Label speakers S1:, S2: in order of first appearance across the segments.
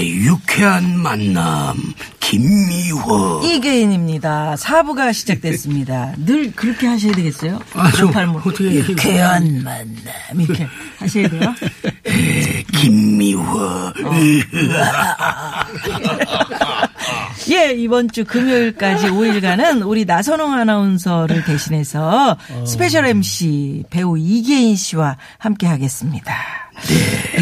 S1: 유쾌한 만남 김미화
S2: 이계인입니다. 사부가 시작됐습니다. 늘 그렇게 하셔야 되겠어요?
S1: 아, 저
S2: 팔목.
S1: 어떻게 해요?
S2: 유쾌한 만남 이렇게 하셔야 돼요. 어.
S1: 김미화
S2: 예, 이번 주 금요일까지 5일간은 우리 나선홍 아나운서를 대신해서
S1: 어.
S2: 스페셜 MC 배우 이계인 씨와 함께 하겠습니다.
S1: 네.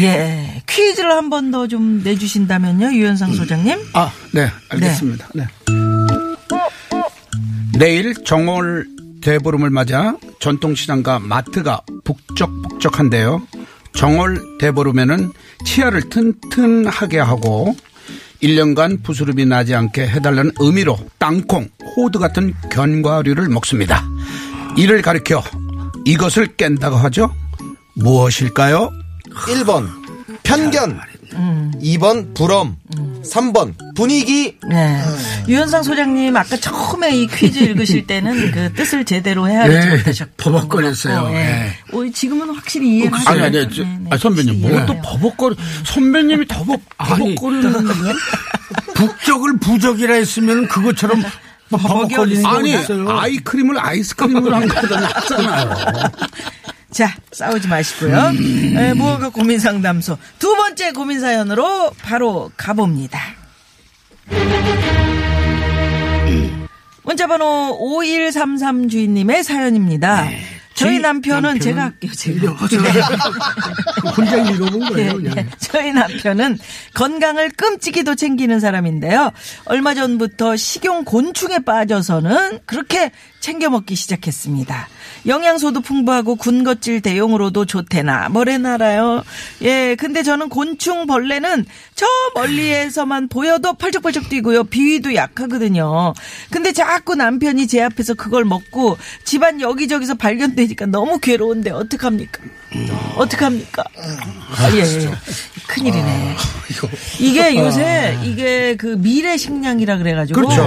S2: 예, 퀴즈를 한 번 더 좀 내주신다면요, 유현상 소장님.
S3: 아 네 알겠습니다. 네. 내일 정월 대보름을 맞아 전통시장과 마트가 북적북적한데요. 정월 대보름에는 치아를 튼튼하게 하고 1년간 부스럼이 나지 않게 해달라는 의미로 땅콩, 호두 같은 견과류를 먹습니다. 이를 가리켜 이것을 깬다고 하죠. 무엇일까요?
S4: 1번 편견 2번 불엄 3번 분위기
S2: 네. 유현상 소장님, 아까 처음에 이 퀴즈 읽으실 때는 그 뜻을 제대로 헤아리지
S1: 예,
S2: 못하셨고.
S1: 버벅거렸어요. 그렇죠.
S2: 어, 예. 어, 지금은 확실히 이해가 어,
S5: 아니, 아니, 저, 아, 선배님, 뭘
S2: 네.
S5: 또 버벅거리, 선배님이 더 버,
S1: 아니.
S5: 버벅거리는 거야?
S1: 북적을 부적이라 했으면 그것처럼 버벅거리는
S3: 아니,
S1: 게 있어요.
S3: 아이크림을 아이스크림으로 한 것보다 낫잖아요.
S2: 자, 싸우지 마시고요. 네, 무허가 고민 상담소. 두 번째 고민 사연으로 바로 가봅니다. 문자번호 5133 주인님의 사연입니다. 저희
S1: 저희
S2: 남편은,
S1: 남편은
S2: 제가 할게요, 제가.
S1: 혼자 읽어본 거예요.
S2: 예,
S1: 그냥.
S2: 예. 저희 남편은 건강을 끔찍이도 챙기는 사람인데요. 얼마 전부터 식용 곤충에 빠져서는 그렇게 챙겨 먹기 시작했습니다. 영양소도 풍부하고 군것질 대용으로도 좋대나 뭐래나라요. 예, 근데 저는 곤충 벌레는 저 멀리에서만 보여도 펄쩍펄쩍 뛰고요. 비위도 약하거든요. 근데 자꾸 남편이 제 앞에서 그걸 먹고 집안 여기저기서 발견되니까 너무 괴로운데 어떡합니까? 어떡합니까? 아, 예, 예.
S4: 아,
S2: 큰일이네. 이게 요새 이게 그 미래 식량이라 그래가지고
S4: 그렇죠.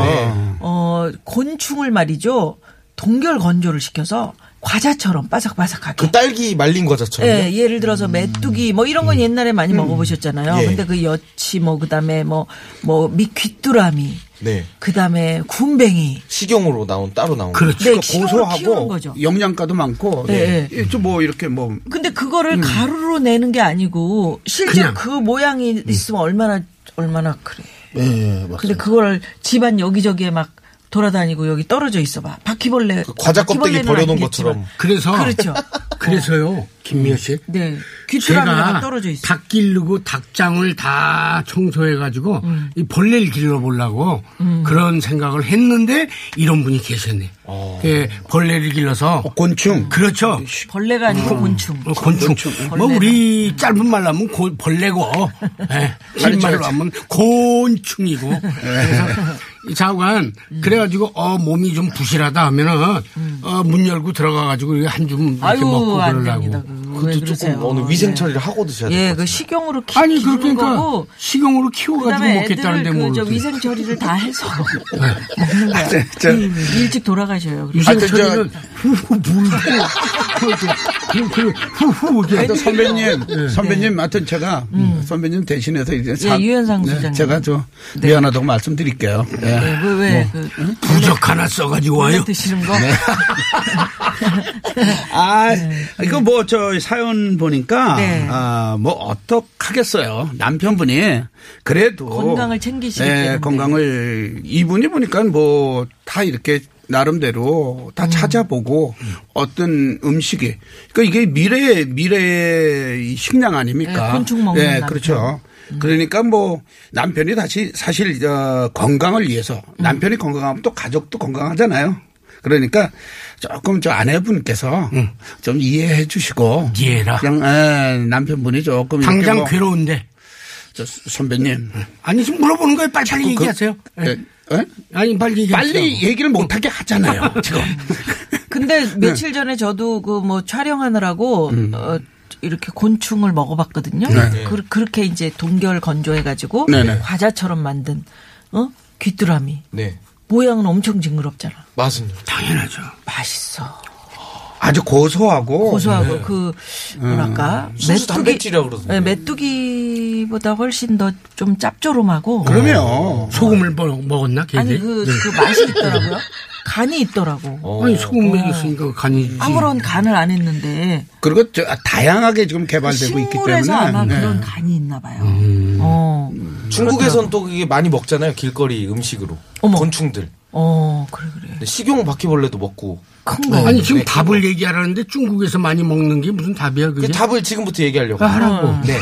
S2: 어 곤충을 말이죠 동결 건조를 시켜서 과자처럼 바삭바삭하게.
S4: 그 딸기 말린 과자처럼
S2: 예, 예를 들어서 메뚜기 뭐 이런 건 옛날에 많이 먹어보셨잖아요.
S4: 음. 예.
S2: 근데 그 여치 뭐 그다음에 뭐 뭐 미귀뚜라미,
S4: 네
S2: 그다음에 군뱅이.
S4: 식용으로 나온 따로 나온 거.
S3: 그렇죠.
S2: 네,
S3: 그러니까
S2: 식용으로 키우는 거죠.
S3: 영양가도 많고
S2: 네.
S3: 예, 좀뭐 이렇게 뭐
S2: 근데
S4: 음.
S2: 그거를 가루로 내는 게 아니고 실제
S1: 그냥.
S2: 그
S4: 음.
S2: 모양이 있으면 얼마나 얼마나 그래.
S4: 예,
S2: 근데 그걸 집안 여기저기에 막 돌아다니고 여기 떨어져 있어봐. 바퀴벌레.
S4: 그 과자 껍데기
S2: 바퀴벌레는
S4: 버려놓은
S2: 아니겠지만.
S4: 것처럼
S1: 그래서
S2: 그렇죠.
S1: 그래서요, 김미화 씨.
S2: 네. 귀뚜라미가
S1: 제가
S2: 떨어져 있어.
S1: 닭 기르고 닭장을 다 청소해가지고
S2: 음.
S1: 이 벌레를 길러보려고 그런 생각을 했는데 이런 분이 계셨네. 예, 벌레를 길러서
S3: 곤충
S1: 그렇죠.
S2: 벌레가 아니고 곤충.
S1: 어, 곤충. 뭐 우리 짧은 말로 하면 고- 벌레고, 예, 긴 말로 하면 곤충이고. 그래서 이 자관
S2: 음.
S1: 그래가지고 어 몸이 좀 부실하다 하면은 어, 문 열고 들어가가지고 이거 한줌 이렇게
S2: 아유,
S1: 먹고
S2: 안
S1: 그러려고.
S2: 됩니다. 그거 왜
S4: 그것도
S2: 그러세요?
S4: 조금 어느 위생 처리를 하고 드셔야
S2: 예,
S4: 돼요
S2: 예, 그 식용으로 키,
S1: 아니
S2: 키우는
S1: 그러니까
S2: 거고
S1: 식용으로 키워가지고
S2: 그다음에 애들을
S1: 먹겠다는데 네. 뭘
S2: 그저
S1: 어떻게.
S2: 위생 처리를 다 해서 먹는
S1: 아,
S2: 거야. 음, 일찍 돌아가셔요. 그리고.
S1: 유생
S3: 아, 저, 저-
S1: 처리는 후후 물고 후후 이게
S3: 또 선배님 선배님
S2: 네.
S3: 하여튼 제가
S2: 음.
S3: 선배님 대신해서 이제 사-
S2: 예, 유현상
S1: 네,
S2: 소장님.
S3: 제가 저 미안하다고 말씀드릴게요. 예.
S2: 네, 왜, 왜, 그,
S1: 부적 하나 써가지고 뭐, 와요. 네.
S2: 드시는 거?
S3: 아, 이거 뭐, 저, 사연 보니까,
S2: 네.
S3: 아, 뭐, 어떡하겠어요. 남편분이. 그래도. 예,
S2: 건강을 챙기시기 때문에.
S3: 건강을, 이분이 보니까 뭐, 다 이렇게, 나름대로
S2: 음.
S3: 다 찾아보고 어떤 음식이 그러니까 이게 미래의 미래의 식량 아닙니까?
S2: 네, 곤충 먹는
S3: 예,
S2: 남편.
S3: 그렇죠. 그러니까 뭐
S1: 음.
S3: 남편이 다시 사실 어, 건강을 위해서 남편이 건강하면 또 가족도 건강하잖아요. 그러니까 조금 저 아내분께서 좀 이해해 주시고
S1: 음. 이해해라.
S3: 그냥 에, 남편분이 조금 이렇게
S1: 당장
S3: 뭐
S1: 괴로운데. 음.
S3: 저 선배님
S1: 아니 지금 물어보는 거예요. 빨리 빨리
S3: 자꾸 그-
S1: 얘기하세요. 예.
S3: 예, 예?
S1: 아니 빨리 얘기하세요. 음.
S3: 빨리 얘기를 못하게 하잖아요. 지금
S2: 근데
S1: 네.
S2: 며칠 전에 저도 그 뭐 촬영하느라고
S1: 음.
S2: 어, 이렇게 곤충을 먹어봤거든요.
S1: 네.
S2: 그, 그렇게 이제 동결 건조해가지고
S3: 네, 네.
S2: 과자처럼 만든 어 귀뚜라미
S4: 네.
S2: 모양은 엄청 징그럽잖아.
S4: 맛은
S1: 당연하죠.
S2: 맛있어.
S3: 아주 고소하고
S2: 고소하고 그 뭐랄까
S4: 순수 네. 음. 단백질이라고 그러던데.
S2: 네, 메뚜기보다 훨씬 더 좀
S4: 아,
S2: 짭조름하고
S3: 그러면
S1: 소금을 먹- 먹었나 걔네?
S2: 아니 그, 그 맛이 있더라고요. 간이 있더라고.
S4: 어,
S1: 아니 소금 먹였으니까 그 간이지.
S2: 그 어. 아무런
S4: 음.
S2: 간을 안 했는데
S3: 그리고 저 다양하게 지금 개발되고 있기 때문에
S2: 식물에서 아마
S3: 네.
S2: 그런 간이 있나 봐요.
S4: 음.
S2: 어,
S4: 중국에선 또 그게 많이 먹잖아요. 길거리 음식으로.
S2: 어머.
S4: 곤충들.
S2: 어 그래 그래 네.
S4: 근데 식용 바퀴벌레도 먹고.
S2: 큰 거.
S1: 아니 지금 답을 얘기하라는데 중국에서 많이 먹는 게 무슨 답이야
S4: 그
S1: 그게?
S4: 답을 지금부터 얘기하려고.
S2: 아,
S1: 하라고.
S4: 네.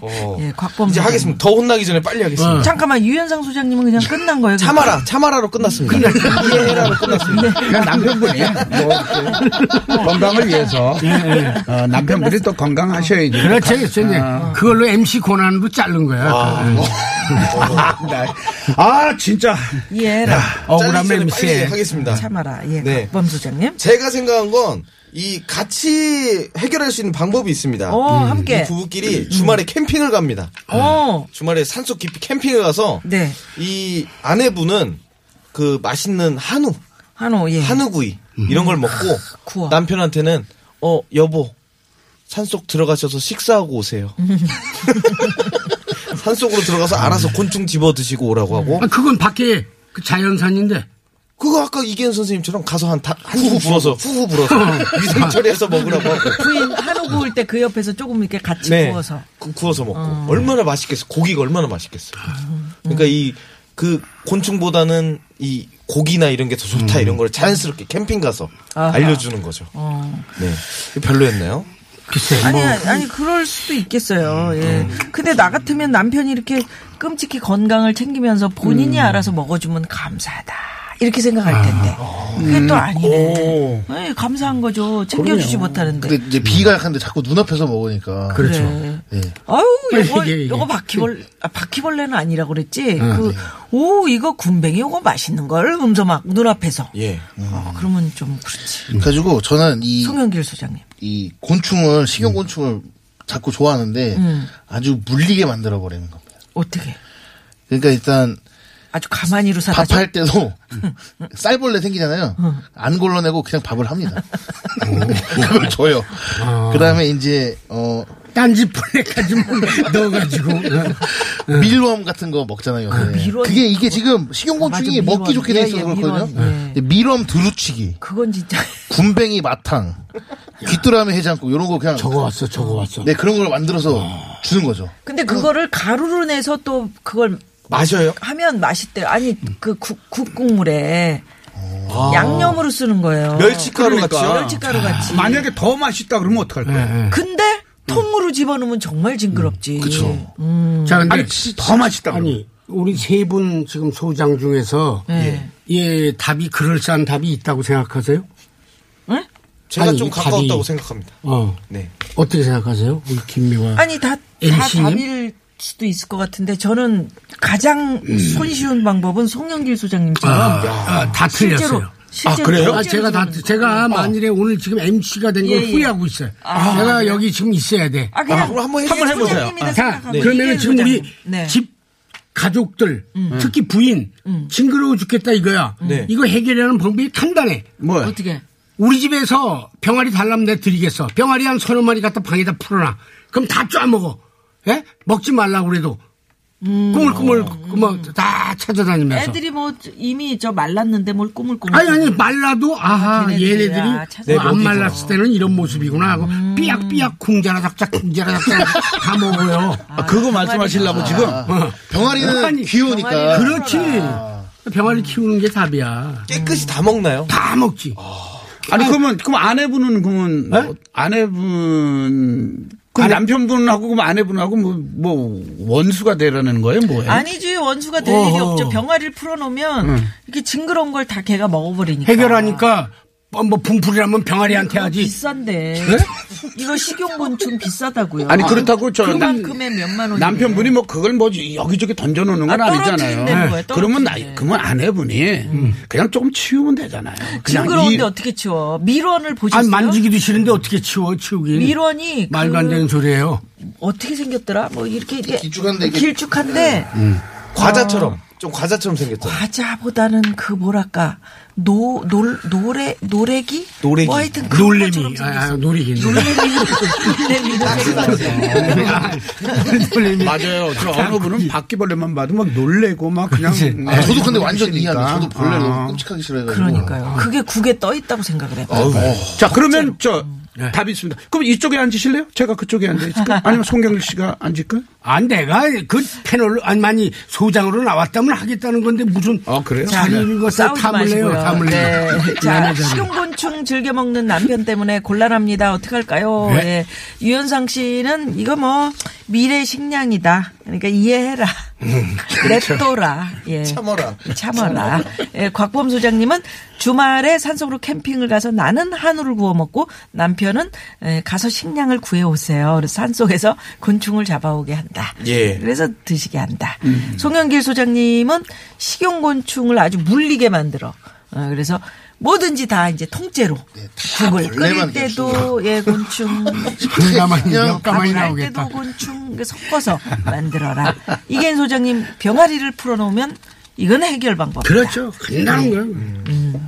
S4: 어.
S2: 예, 곽범
S4: 이제
S2: 소장님.
S4: 하겠습니다. 더 혼나기 전에 빨리 하겠습니다.
S2: 잠깐만 유현상 소장님은 그냥 끝난 거예요. 그럼?
S4: 참아라, 참아라로 끝났습니다. 이해해라로 끝났습니다.
S3: 그냥 남편분이 뭐 이렇게 건강을 위해서 어, 남편분이 또 건강하셔야지.
S1: 예, 그렇지, 그렇지.
S2: 아.
S1: 그걸로 MC 고난으로 자른 거야. 그.
S3: 나- 아 진짜
S2: 그, 예라
S1: 억울한
S4: 잘리기 전에 빨리
S1: MC.
S4: 하겠습니다.
S2: 참아라 예
S4: 네.
S2: 곽범 소장님.
S4: 제가 생각한 건 이 같이 해결할 수 있는 방법이 있습니다.
S2: 어 음.
S4: 이
S2: 함께.
S4: 부부끼리 주말에 캠핑을 갑니다.
S2: 어
S4: 주말에 산속 깊이 캠핑을 가서
S2: 네.
S4: 이 아내분은 그 맛있는 한우,
S2: 한우 예.
S4: 한우구이 이런 걸 먹고
S2: 구워.
S4: 남편한테는 어 여보 산속 들어가셔서 식사하고 오세요. 산속으로 들어가서 알아서 곤충 집어 드시고 오라고 하고
S1: 아, 그건 밖에 그 자연산인데.
S4: 그거 아까 이기현 선생님처럼 가서 한한후 불어서 후후 불어서 위생 처리해서 먹으라고 하고
S2: 부인 한우 구울 때 그러니까 그 옆에서 조금 이렇게 같이
S1: 네.
S2: 구워서.
S4: 네. 구- 구워서 먹고 얼마나 맛있겠어 고기가 얼마나 맛있겠어 그러니까 이 그 곤충보다는 이 고기나 이런 게 더 좋다 이런 걸 자연스럽게 캠핑 가서
S2: 음. 아하. 어.
S4: 알려주는 거죠 네 별로였나요
S1: 글쎄,
S2: 아니,
S1: 뭐. 음.
S2: 아니, 아니, 그럴 수도 있겠어요. 예. 근데 나 같으면 남편이 이렇게 끔찍히 건강을 챙기면서 본인이
S1: 음.
S2: 알아서 먹어주면 감사하다. 이렇게
S1: 아.
S2: 생각할 텐데. 그게 또 아니네. 에이, 감사한 거죠. 챙겨주지 못하는데.
S6: 근데 이제 비가 약한데 자꾸 눈앞에서 먹으니까.
S1: 그렇죠.
S2: 아유, 요거,
S1: 예, 예.
S2: 요거 바퀴벌, 아, 바퀴벌레는 아니라고 그랬지. 그, 오, 이거 군뱅이 요거 맛있는 걸 음소 막 눈앞에서.
S4: 예
S2: 아, 그러면 좀 그렇지.
S6: 그래가지고 저는 이,
S2: 송영길 소장님.
S6: 이 곤충을,
S1: 음.
S6: 식용곤충을 자꾸 좋아하는데
S2: 음.
S6: 아주 물리게 만들어버리는 겁니다.
S2: 어떻게.
S6: 그러니까 일단
S2: 아주 가만히로 살아. 어.
S6: 밥할 때도 쌀벌레 생기잖아요. 안 골라내고 그냥 밥을 합니다. 네, 그걸 줘요.
S1: 아.
S6: 그 다음에 이제, 어,
S1: 딴지 플레까지 넣어가지고. 네.
S6: 밀웜 같은 거 먹잖아요. 요새.
S2: 밀웜.
S6: 그게 이게 지금 식용곤충이
S2: 뭐- 맞아, 밀웜.
S6: 먹기 좋게 돼 있어서
S2: 예, 예,
S6: 그렇거든요.
S2: 밀웜, 예.
S6: 근데 밀웜 두루치기,
S2: 그건 진짜.
S6: 군뱅이 마탕, 귀뚜라미 해장국 이런 거 그냥
S1: 저거 왔어, 저거 왔어.
S6: 네 그런 걸 만들어서 주는 거죠.
S2: 근데 그거를 가루로 내서 또 그걸
S4: 마셔요
S2: 하면 맛있대요. 아니 그 국, 국국물에 양념으로 쓰는 거예요.
S4: 아.
S2: 그러니까.
S4: 멸치가루 같이요 아.
S2: 멸치가루 같이.
S3: 만약에 더 맛있다 그러면
S1: 예,
S3: 어떡할까요?
S2: 근데
S1: 음.
S2: 통으로 집어넣으면 정말 징그럽지.
S4: 음.
S2: 음.
S6: 그쵸.
S1: 자, 근데.
S3: 아니 더 맛있다 그러면
S1: 아니, 우리 세 분 지금 소장 중에서.
S2: 예.
S1: 예, 답이, 그럴싸한 답이 있다고 생각하세요?
S2: 응?
S4: 제가
S1: 아니,
S4: 좀
S1: 이
S4: 가까웠다고
S1: 밥이-
S4: 생각합니다
S1: 어.
S4: 네
S1: 어떻게 생각하세요? 우리 김미화.
S2: 아니 다, 다
S1: MC님?
S2: 답일 수도 있을 것 같은데 저는 가장
S4: 음.
S2: 손쉬운 방법은 송영길 소장님처럼
S1: 아, 아, 다
S2: 실제로
S1: 틀렸어요.
S2: 실제로 어.
S1: 아, 제가 다, 제가 만일에 오늘 지금 MC가 된 걸
S2: 예, 예.
S1: 후회하고 있어요. 제가 여기 지금 있어야 돼.
S2: 아 그냥
S4: 그럼 한번 해-
S2: 그냥
S4: 한번 해보세요.
S2: 소장님이나
S4: 아,
S1: 자,
S2: 생각하고
S1: 그러면은
S2: 이기현
S1: 지금 우리
S2: 소장님. 네. 음.
S1: 집 가족들, 특히 부인, 징그러워 죽겠다 이거야.
S4: 네.
S1: 이거 해결하는 방법이 간단해.
S3: 뭐야?
S2: 어떻게
S1: 우리 집에서 병아리 달라면 내 드리겠어. 병아리 한 서너 마리 갖다 방에다 풀어놔. 그럼 다 쪼아먹어. 예? 먹지 말라고 그래도. 꾸물꾸물, 뭐, 다 찾아다니면서.
S2: 음. 어. 애들이 뭐 이미 저 말랐는데 뭘 꾸물꾸물.
S1: 아니 아니 말라도 아하
S2: 걔네들이,
S1: 얘네들이
S2: 아,
S1: 어,
S2: 찾아서.
S1: 안 말랐을 때는 이런 모습이구나 하고 삐약삐약 쿵자라닥짝 쿵자라닥짝 다 먹어요.
S3: 아, 그거 말씀하시려고 지금
S6: 병아리는
S1: 아니,
S6: 귀여우니까
S1: 그렇지. 병아리 키우는 게 답이야.
S4: 깨끗이
S2: 음.
S4: 다 먹나요
S1: 다
S3: 아.
S1: 먹지. 예?
S3: 아니 그러면 그럼 아내분은 그러면
S1: 네?
S3: 어, 아내분 그럼 남편분하고 그럼 아내분하고 뭐, 뭐 원수가 되라는 거예요, 뭐예요?
S2: 아니지 원수가 될 일이
S1: 어허.
S2: 없죠. 병아리를 풀어놓으면 이렇게 징그러운 걸 다 걔가 먹어버리니까.
S1: 해결하니까 뭐, 뭐 분풀이라면 병아리한테
S2: 음,
S1: 하지. 네?
S2: 비싼데. 이거 식용곤충 비싸다고요.
S3: 아니, 그렇다고 저
S2: 그만큼에 몇만 원.
S3: 남편분이 뭐 그걸 뭐 여기저기 던져놓는 건
S2: 아,
S3: 아, 니잖아
S2: 떨어뜨리는
S3: 요
S2: 데는 거예요,
S3: 그러면 나,
S2: 떨어뜨리는 데.
S3: 그러면 아내분이 그냥 조금 치우면 되잖아요. 그냥
S2: 징그러운데
S3: 이-
S2: 어떻게 치워? 밀원을 보셨어요?
S1: 아니 만지기도 싫은데 어떻게 치워 치우긴.
S2: 밀원이
S1: 말도
S2: 그
S1: 안 되는 소리예요.
S2: 어떻게 생겼더라? 뭐 이렇게 이게
S6: 길쭉한데 이게- 네.
S2: 길쭉한데
S4: 과자처럼 좀 과자처럼 생겼잖아.
S2: 과자보다는 그 뭐랄까 노 놀 노래 노래기
S4: 노래기.
S2: 뭐 하여튼 그런 것처럼
S1: 놀래미. 아,
S2: 생겼어.
S1: 아, 놀이긴.
S2: 놀래미 놀래미
S1: 놀래미.
S3: 맞아요. 저 어느 분은 바퀴벌레만 봐도 막 놀래고 막 그냥.
S1: 그 그치.
S3: 음,
S6: 아, 저도 근데
S3: 음,
S6: 완전
S3: 그러니까.
S6: 이해합니다. 저도 벌레
S3: 아.
S6: 너무 끔찍하게 싫어해가지고.
S1: 아.
S2: 그러니까요. 그게 국에 떠 있다고 생각을 해요.
S3: 자, 그러면 저
S1: 네.
S3: 답이 있습니다. 그럼 이쪽에 앉으실래요? 제가 그쪽에 앉아있을까요? 아니면 송경일 씨가 앉을까요?
S1: 아, 내가 그 패널로 아니 많이 소장으로 나왔다면 하겠다는 건데 무슨
S3: 아, 그래요?
S1: 자리인 것을
S2: 네. 싸우지
S1: 담을 내요.
S2: 마시고요.
S1: 담을 내요.
S2: 네. 자,
S1: 미안해, 자리.
S2: 식용곤충 즐겨 먹는 남편 때문에 곤란합니다. 어떡할까요?
S1: 네.
S2: 예. 유현상 씨는 이거 뭐 미래 식량이다. 그러니까 이해해라. 냅둬라. 예.
S6: 참아라.
S2: 참아라. 예, 곽범 소장님은 주말에 산속으로 캠핑을 가서 나는 한우를 구워 먹고 남편은 예, 가서 식량을 구해 오세요. 그래서 산속에서 곤충을 잡아오게 한다.
S4: 예.
S2: 그래서 드시게 한다. 송영길 소장님은 식용곤충을 아주 물리게 만들어. 어, 그래서 뭐든지 다 이제 통째로 국을 끓일
S6: 벌레만
S2: 때도 예 곤충
S1: 가만히
S6: 그냥
S1: 있어. 가만히
S2: 밥을 할 때도
S1: 나오겠다.
S2: 곤충 이렇게 섞어서 만들어라. 이겐 소장님 병아리를 풀어놓으면 이건 해결 방법.
S1: 그렇죠. 끝나는 거예요.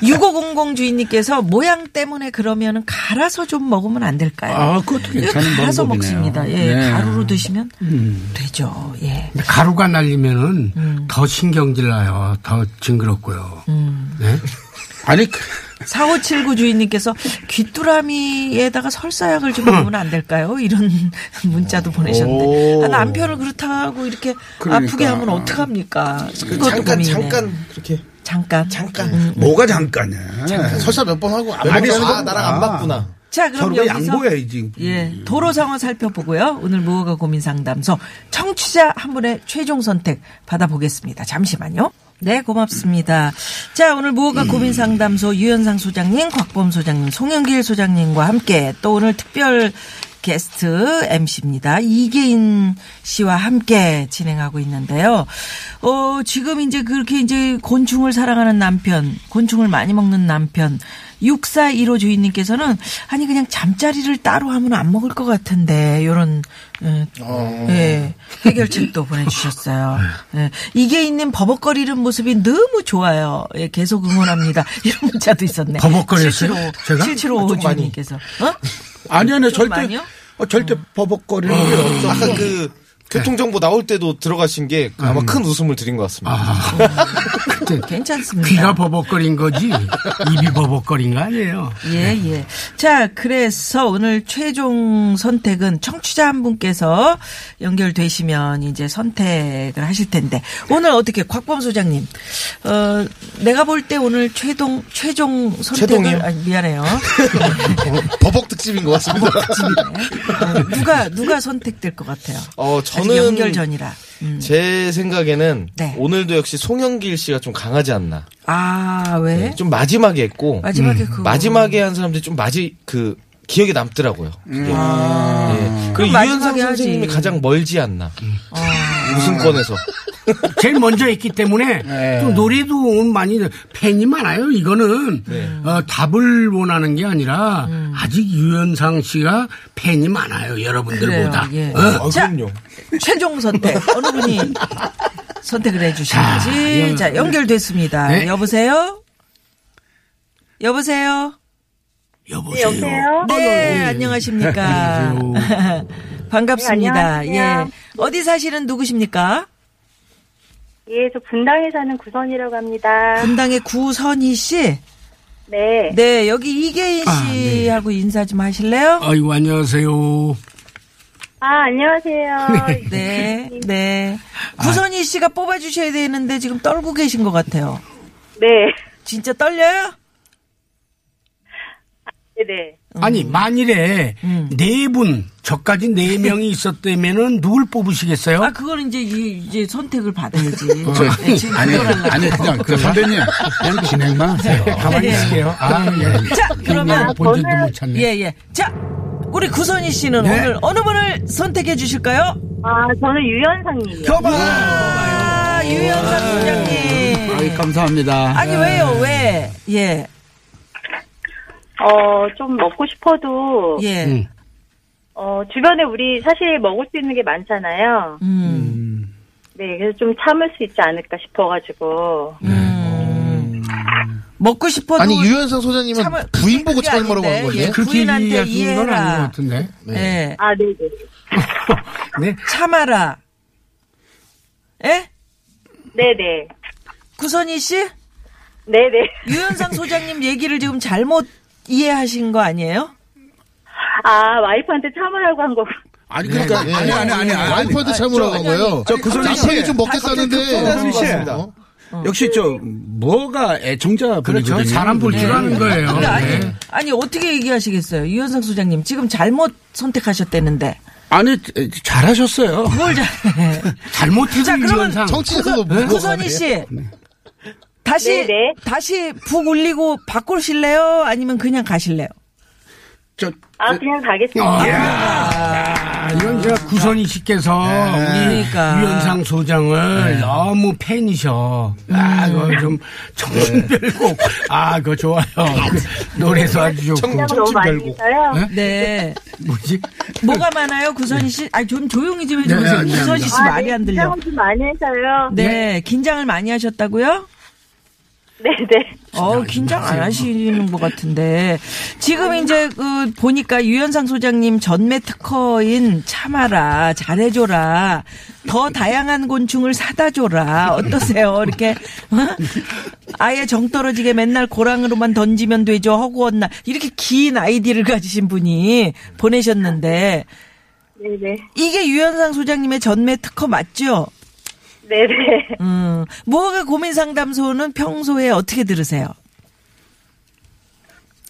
S2: 6500 주인님께서 모양 때문에 그러면은 갈아서 좀 먹으면 안 될까요?
S3: 아, 그것도 괜찮은
S2: 갈아서
S3: 방법이네요.
S2: 먹습니다. 예,
S3: 네.
S2: 가루로 드시면 되죠. 예.
S1: 근데 가루가 날리면은 더 신경질 나요. 더 징그럽고요. 네?
S3: 아니, 그-
S2: 4579 주인님께서 귀뚜라미에다가 설사약을 좀 넣으면 안 될까요? 이런 문자도 보내셨는데. 아, 남편을 그렇다고 이렇게 아프게
S3: 그러니까.
S2: 하면 어떡합니까? 그것도
S4: 잠깐
S2: 고민이네. 음.
S4: 잠깐 그렇게
S2: 잠깐.
S4: 잠깐.
S3: 뭐가 잠깐이야.
S6: 설사 몇 번 하고 안
S4: 아니,
S6: 먹는
S4: 아,
S6: 건
S4: 나랑 안 맞구나.
S2: 자, 그럼
S3: 서로가
S2: 여기서
S3: 양보해야지.
S1: 음.
S2: 예, 도로 상황 살펴보고요. 오늘 무허가 고민 상담소 청취자 한 분의 최종 선택 받아보겠습니다. 잠시만요. 네, 고맙습니다. 자, 오늘 무허가 고민 상담소 유현상 소장님, 곽범 소장님, 송영길 소장님과 함께 또 오늘 특별 게스트 MC입니다. 이계인 씨와 함께 진행하고 있는데요. 어, 지금 이제 그렇게 이제 곤충을 사랑하는 남편, 곤충을 많이 먹는 남편, 6415 주인님께서는 아니 그냥 잠자리를 따로 하면 안 먹을 것 같은데 요런 예,
S1: 어.
S2: 예, 해결책도 보내주셨어요. 예, 이게 있는 버벅거리는 모습이 너무 좋아요. 예, 계속 응원합니다. 이런 문자도 있었네.
S1: 버벅거렸어요?
S2: 7755,
S1: 제가? 아,
S2: 7755 주인님께서 어?
S3: 아니, 아니,
S2: 좀
S3: 절대,
S2: 많이요?
S3: 어, 절대 버벅거리는 게
S2: 음.
S3: 없어.
S4: 아까 그 교통정보 나올 때도 들어가신 게그 아마 큰 웃음을 드린 것 같습니다.
S2: 아. 괜찮습니다.
S1: 귀가 버벅거린 거지 입이 버벅거린 거 아니에요.
S2: 예,
S1: 네.
S2: 예. 자, 그래서 오늘 최종 선택은 청취자 한 분께서 연결되시면 이제 선택을 하실 텐데 오늘 어떻게 곽범 소장님, 어, 내가 볼 때 오늘 최동 최종 선택을
S4: 최동이요?
S2: 아, 미안해요.
S6: 버벅 특집인 것 같습니다.
S2: 어, 누가 누가 선택될 것 같아요?
S4: 어,
S2: 아직
S4: 저는
S2: 연결 전이라. 음.
S4: 제 생각에는
S2: 네.
S4: 오늘도 역시 송영길 씨가 좀 강하지 않나.
S2: 아, 왜?
S4: 좀 마지막에 했고 음.
S2: 마지막에 그거.
S4: 마지막에 한 사람들이 좀 마지 그 기억에 남더라고요. 예. 예. 그리고
S2: 그럼
S4: 유현상
S2: 마지막에 아.
S4: 선생님이
S2: 하지.
S4: 가장 멀지 않나. 우승권에서
S1: 제일 먼저 했기 때문에
S3: 네.
S1: 또 노래도 많이 팬이 많아요. 이거는
S3: 네.
S1: 어, 답을 원하는 게 아니라 아직 유현상 씨가 팬이 많아요. 여러분들보다.
S2: 그래요, 예.
S1: 어,
S4: 아,
S2: 자.
S4: 그럼요.
S2: 최종 선택 어느 분이 선택을 해주실지
S1: 자,
S2: 자 연결됐습니다.
S1: 네.
S2: 여보세요. 여보세요.
S1: 여보세요.
S7: 어, 예.
S2: 네 안녕하십니까. 반갑습니다.
S7: 네,
S2: 예
S7: 안녕하세요.
S2: 어디 사시는 누구십니까?
S7: 예, 저 분당에 사는 구선이라고 합니다.
S2: 분당의 구선희 씨.
S7: 아. 네.
S2: 네 여기 이계인
S1: 아, 네.
S2: 씨하고 인사 좀 하실래요?
S1: 아이고 안녕하세요.
S7: 아, 안녕하세요.
S2: 네 네. 구선희 씨가 뽑아주셔야 되는데 지금 떨고 계신 것 같아요.
S7: 네.
S2: 진짜 떨려요?
S7: 네. 네.
S2: 음.
S1: 아니 만일에 네 분 저까지 네 명이 있었다면은 누굴 뽑으시겠어요?
S2: 아, 그걸 이제, 이- 이제 선택을 받아야지. 네,
S5: 저,
S2: 지금
S5: 아니,
S2: 그걸 하려고.
S5: 아니, 그냥, 그 선배님,
S2: 어.
S5: 그냥 진행만 하세요.
S1: 가만히
S2: 예.
S1: 있을게요. 아, 예.
S2: 자,
S5: 그냥
S2: 그러면.
S5: 본질도 못 찾네.
S2: 예, 예. 자, 우리 구선희 씨는
S1: 네.
S2: 오늘 어느 분을 선택해 주실까요?
S7: 아, 저는 유현상님이요.
S2: 아, 유현상
S5: 아이,
S2: 부장님.
S5: 네, 감사합니다.
S2: 아니, 왜요? 왜? 예,
S7: 어, 좀 먹고 싶어도,
S2: 예.
S1: 음.
S7: 어, 주변에 우리 사실 먹을 수 있는 게 많잖아요.
S2: 음.
S7: 네, 그래서 좀 참을 수 있지 않을까 싶어가지고.
S2: 음. 먹고 싶어도.
S6: 아니 유현상 소장님은
S2: 참을-
S6: 부인 보고
S2: 그게
S6: 참으라고 한
S2: 아닌데,
S6: 거예요?
S2: 예.
S1: 그렇게
S2: 부인한테
S1: 얘기하시는 건
S2: 이해해라.
S1: 아닌 것 같은데.
S2: 예.
S7: 아, 네네.
S1: 네.
S2: 참아라. 예?
S7: 네네.
S2: 구선희 씨?
S7: 네네.
S2: 유현상 소장님 얘기를 지금 잘못 이해하신 거 아니에요?
S7: 아, 와이프한테 참으라고 한 거고.
S5: 아니,
S3: 네,
S5: 그러니까, 아니, 아니, 아니, 아니.
S6: 와이프한테 참으라고 한 거예요.
S3: 저그 소리
S6: 남편이 좀 먹겠다는데.
S3: 급소장님 씨.
S6: 어?
S5: 역시 저, 뭐가 애청자 분이거든요. 네.
S1: 그렇죠. 사람 볼 줄 아는 거예요.
S2: 근데 아니,
S1: 네.
S2: 아니 어떻게 얘기하시겠어요? 유현상 소장님 지금 잘못 선택하셨다는데
S5: 아니, 잘하셨어요.
S2: 뭘 잘해?
S1: 잘못
S2: 자,
S1: 읽은
S2: 그러면
S1: 유현상.
S6: 정치에서도
S2: 구선희 씨
S1: 네.
S2: 다시
S7: 네, 네.
S2: 다시 북 울리고 바꾸실래요? 아니면 그냥 가실래요?
S5: 저,
S7: 아,
S2: 네.
S7: 그냥 가겠습니다.
S2: 예,
S1: 아, 이건 제가 구선희 씨께서
S5: 네.
S1: 우리
S2: 그러니까.
S1: 유현상 소장을 너무 팬이셔.
S2: 음.
S1: 아, 그거 좀
S5: 네.
S1: 정신별곡. 아, 그거 좋아요. 그 노래도 아주 좋고.
S7: 그냥 너무 많이 있어요.
S1: 네?
S2: 예, 네.
S1: 뭐지?
S2: 뭐가 많아요, 구선희 씨? 아, 좀 조용히 좀 해주세요.
S1: 네, 네,
S2: 구선희 씨 말이
S7: 네,
S2: 안 들려.
S7: 긴장을 좀 많이 해서요.
S2: 네, 긴장을 많이 하셨다고요?
S7: 네네.
S2: 어, 긴장 안 하시는 것 같은데. 지금 이제 그 보니까 유현상 소장님 전매 특허인 참아라, 잘해줘라, 더 다양한 곤충을 사다 줘라. 어떠세요? 이렇게. 어? 아예 정 떨어지게 맨날 고랑으로만 던지면 되죠. 허구언나. 이렇게 긴 아이디를 가지신 분이 보내셨는데.
S7: 네네.
S2: 이게 유현상 소장님의 전매 특허 맞죠?
S7: 네네.
S2: 음. 무허가 고민 상담소는 평소에 어떻게 들으세요?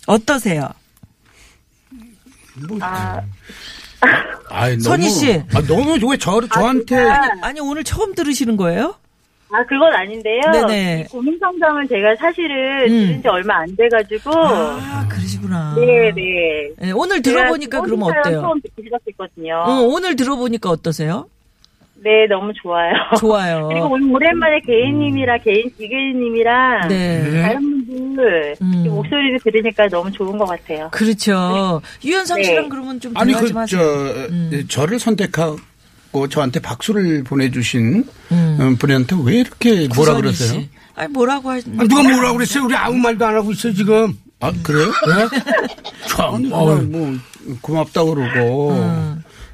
S2: 어떠세요?
S5: 아이, 너무.
S2: 선희 씨.
S5: 아, 너무, 왜 저, 저한테.
S2: 아니 오늘 처음 들으시는 거예요?
S7: 아, 그건 아닌데요.
S2: 네네.
S7: 이 고민 상담을 제가 사실은
S2: 음.
S7: 들은 지 얼마 안 돼가지고.
S2: 아 그러시구나.
S7: 어. 네네.
S2: 예, 오늘 들어보니까
S7: 제가
S2: 그럼
S7: 처음
S2: 어때요?
S7: 처음 듣기 시작했거든요.
S2: 어, 오늘 들어보니까 어떠세요?
S7: 네, 너무 좋아요.
S2: 좋아요. 음.
S7: 그리고 오늘 오랜만에 개인님이랑 개인 이계인님이랑
S2: 네.
S7: 다른 분들
S2: 음.
S7: 목소리를 들으니까 너무 좋은 것 같아요.
S2: 그렇죠. 유현상
S7: 네.
S2: 씨랑 그러면 좀
S3: 아니
S2: 대화 좀
S3: 그 저
S2: 하세요. 음.
S3: 저를 선택하고 저한테 박수를 보내주신 음, 분한테 왜 이렇게 뭐라
S2: 구선희
S3: 그러세요?
S2: 씨. 아니 뭐라고 하시?
S1: 아, 누가 뭐라고 그랬어요? 우리 아무 말도 안 하고 있어요, 지금.
S3: 아 그래요? 아니,
S1: 어우. 어.
S3: 그냥 뭐 고맙다고 그러고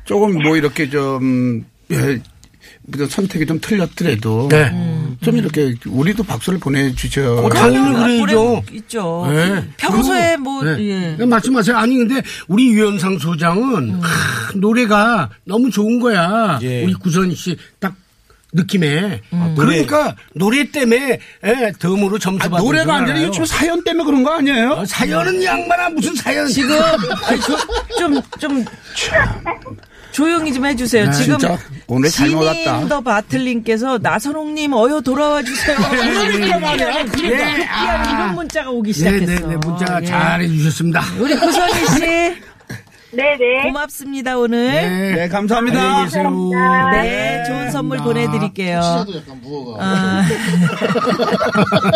S3: 조금 뭐 이렇게 좀 예, 뭐 선택이 좀 틀렸더라도
S1: 네.
S3: 좀 이렇게 우리도 박수를 보내주죠.
S1: 어, 당연히 그래야죠.
S2: 있죠.
S1: 네.
S2: 평소에 뭐 예.
S1: 네, 말씀하세요. 아니 근데 우리 유현상 소장은
S2: 음.
S1: 아, 노래가 너무 좋은 거야.
S4: 예.
S1: 우리 구선희 씨 딱 느낌에.
S2: 음.
S4: 노래.
S1: 그러니까 노래 때문에 예, 덤으로 점수
S3: 아,
S1: 받는
S3: 노래가 아니라
S1: 거잖아요.
S3: 요즘 사연 때문에 그런 거 아니에요?
S1: 어, 사연은 양반아 무슨 사연?
S2: 지금 좀좀 좀 조용히 좀 해주세요. 지금
S3: 진짜 오늘 잘못 왔다.
S2: 지님 더 바틀님께서 나선홍님 어여 돌아와 주세요. 이런 문자가 급기야 이런 문자가 오기 시작했어.
S1: 네네네 문자
S2: 예.
S1: 잘해 주셨습니다.
S2: 우리 구선희 씨
S7: 네네.
S2: 고맙습니다 오늘.
S3: 네, 감사합니다.
S1: 안녕히 계세요.
S2: 네, 좋은 선물 보내드릴게요.
S6: 시야도 약간 무어가.
S2: 아.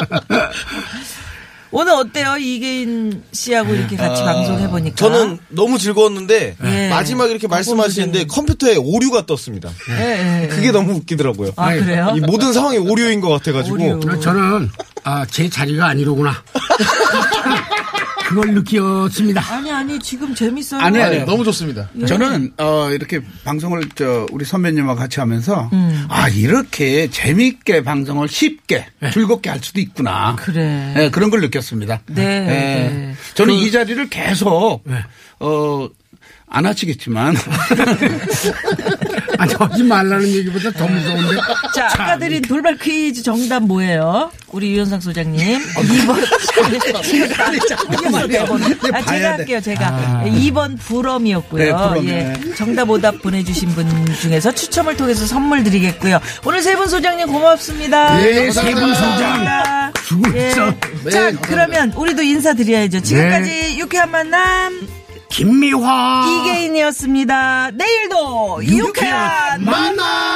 S2: 오늘 어때요 이계인 씨하고 이렇게
S6: 아,
S2: 같이 방송해 보니까?
S4: 저는 너무 즐거웠는데
S2: 예.
S4: 마지막 이렇게 말씀하시는데 컴퓨터에 오류가 떴습니다. 그게 너무 웃기더라고요.
S2: 예. 네, 아 그래요?
S4: 이뭐 모든 상황이 오류인 것 같아가지고
S2: 오류.
S1: 아, 저는 아, 제 자리가 아니로구나. 그걸 느꼈습니다.
S2: 아니 아니 지금 재밌어요.
S3: 아니,
S6: 아니,
S3: 아니,
S6: 너무 좋습니다.
S1: 네.
S3: 저는 어 이렇게 방송을 저 우리 선배님하고 같이 하면서
S1: 음.
S3: 아 이렇게 재미있게 방송을 쉽게
S1: 네.
S3: 즐겁게 할 수도 있구나.
S1: 그렇죠.
S2: 그래.
S3: 예, 그런 걸 느꼈습니다.
S2: 네,
S1: 그
S3: 예.
S2: 네.
S3: 저는 이 자리를 계속
S1: 네.
S3: 어 안 하시겠지만
S1: 아니 하지 말라는 얘기보다 더
S3: 네.
S1: 무서운데.
S2: 자, 아까 드린 돌발 퀴즈 정답 뭐예요? 우리 유현상 소장님. 2번. 아, 제가 할게요, 제가. 2번 부럼이었고요.
S3: 네, 부럼.
S2: 예. 정답 오답 보내주신 분 중에서 추첨을 통해서 선물 드리겠고요. 오늘 세 분 소장님 고맙습니다.
S6: 예, 세분
S2: 감사합니다.
S1: 죽을
S2: 네, 예.
S1: 써.
S6: 네,
S2: 자,
S6: 감사합니다. 네.
S2: 그러면 우리도 인사드려야죠. 지금까지 유쾌한 만남
S1: 김미화.
S2: 이계인이었습니다. 내일도 유쾌한
S1: 만나.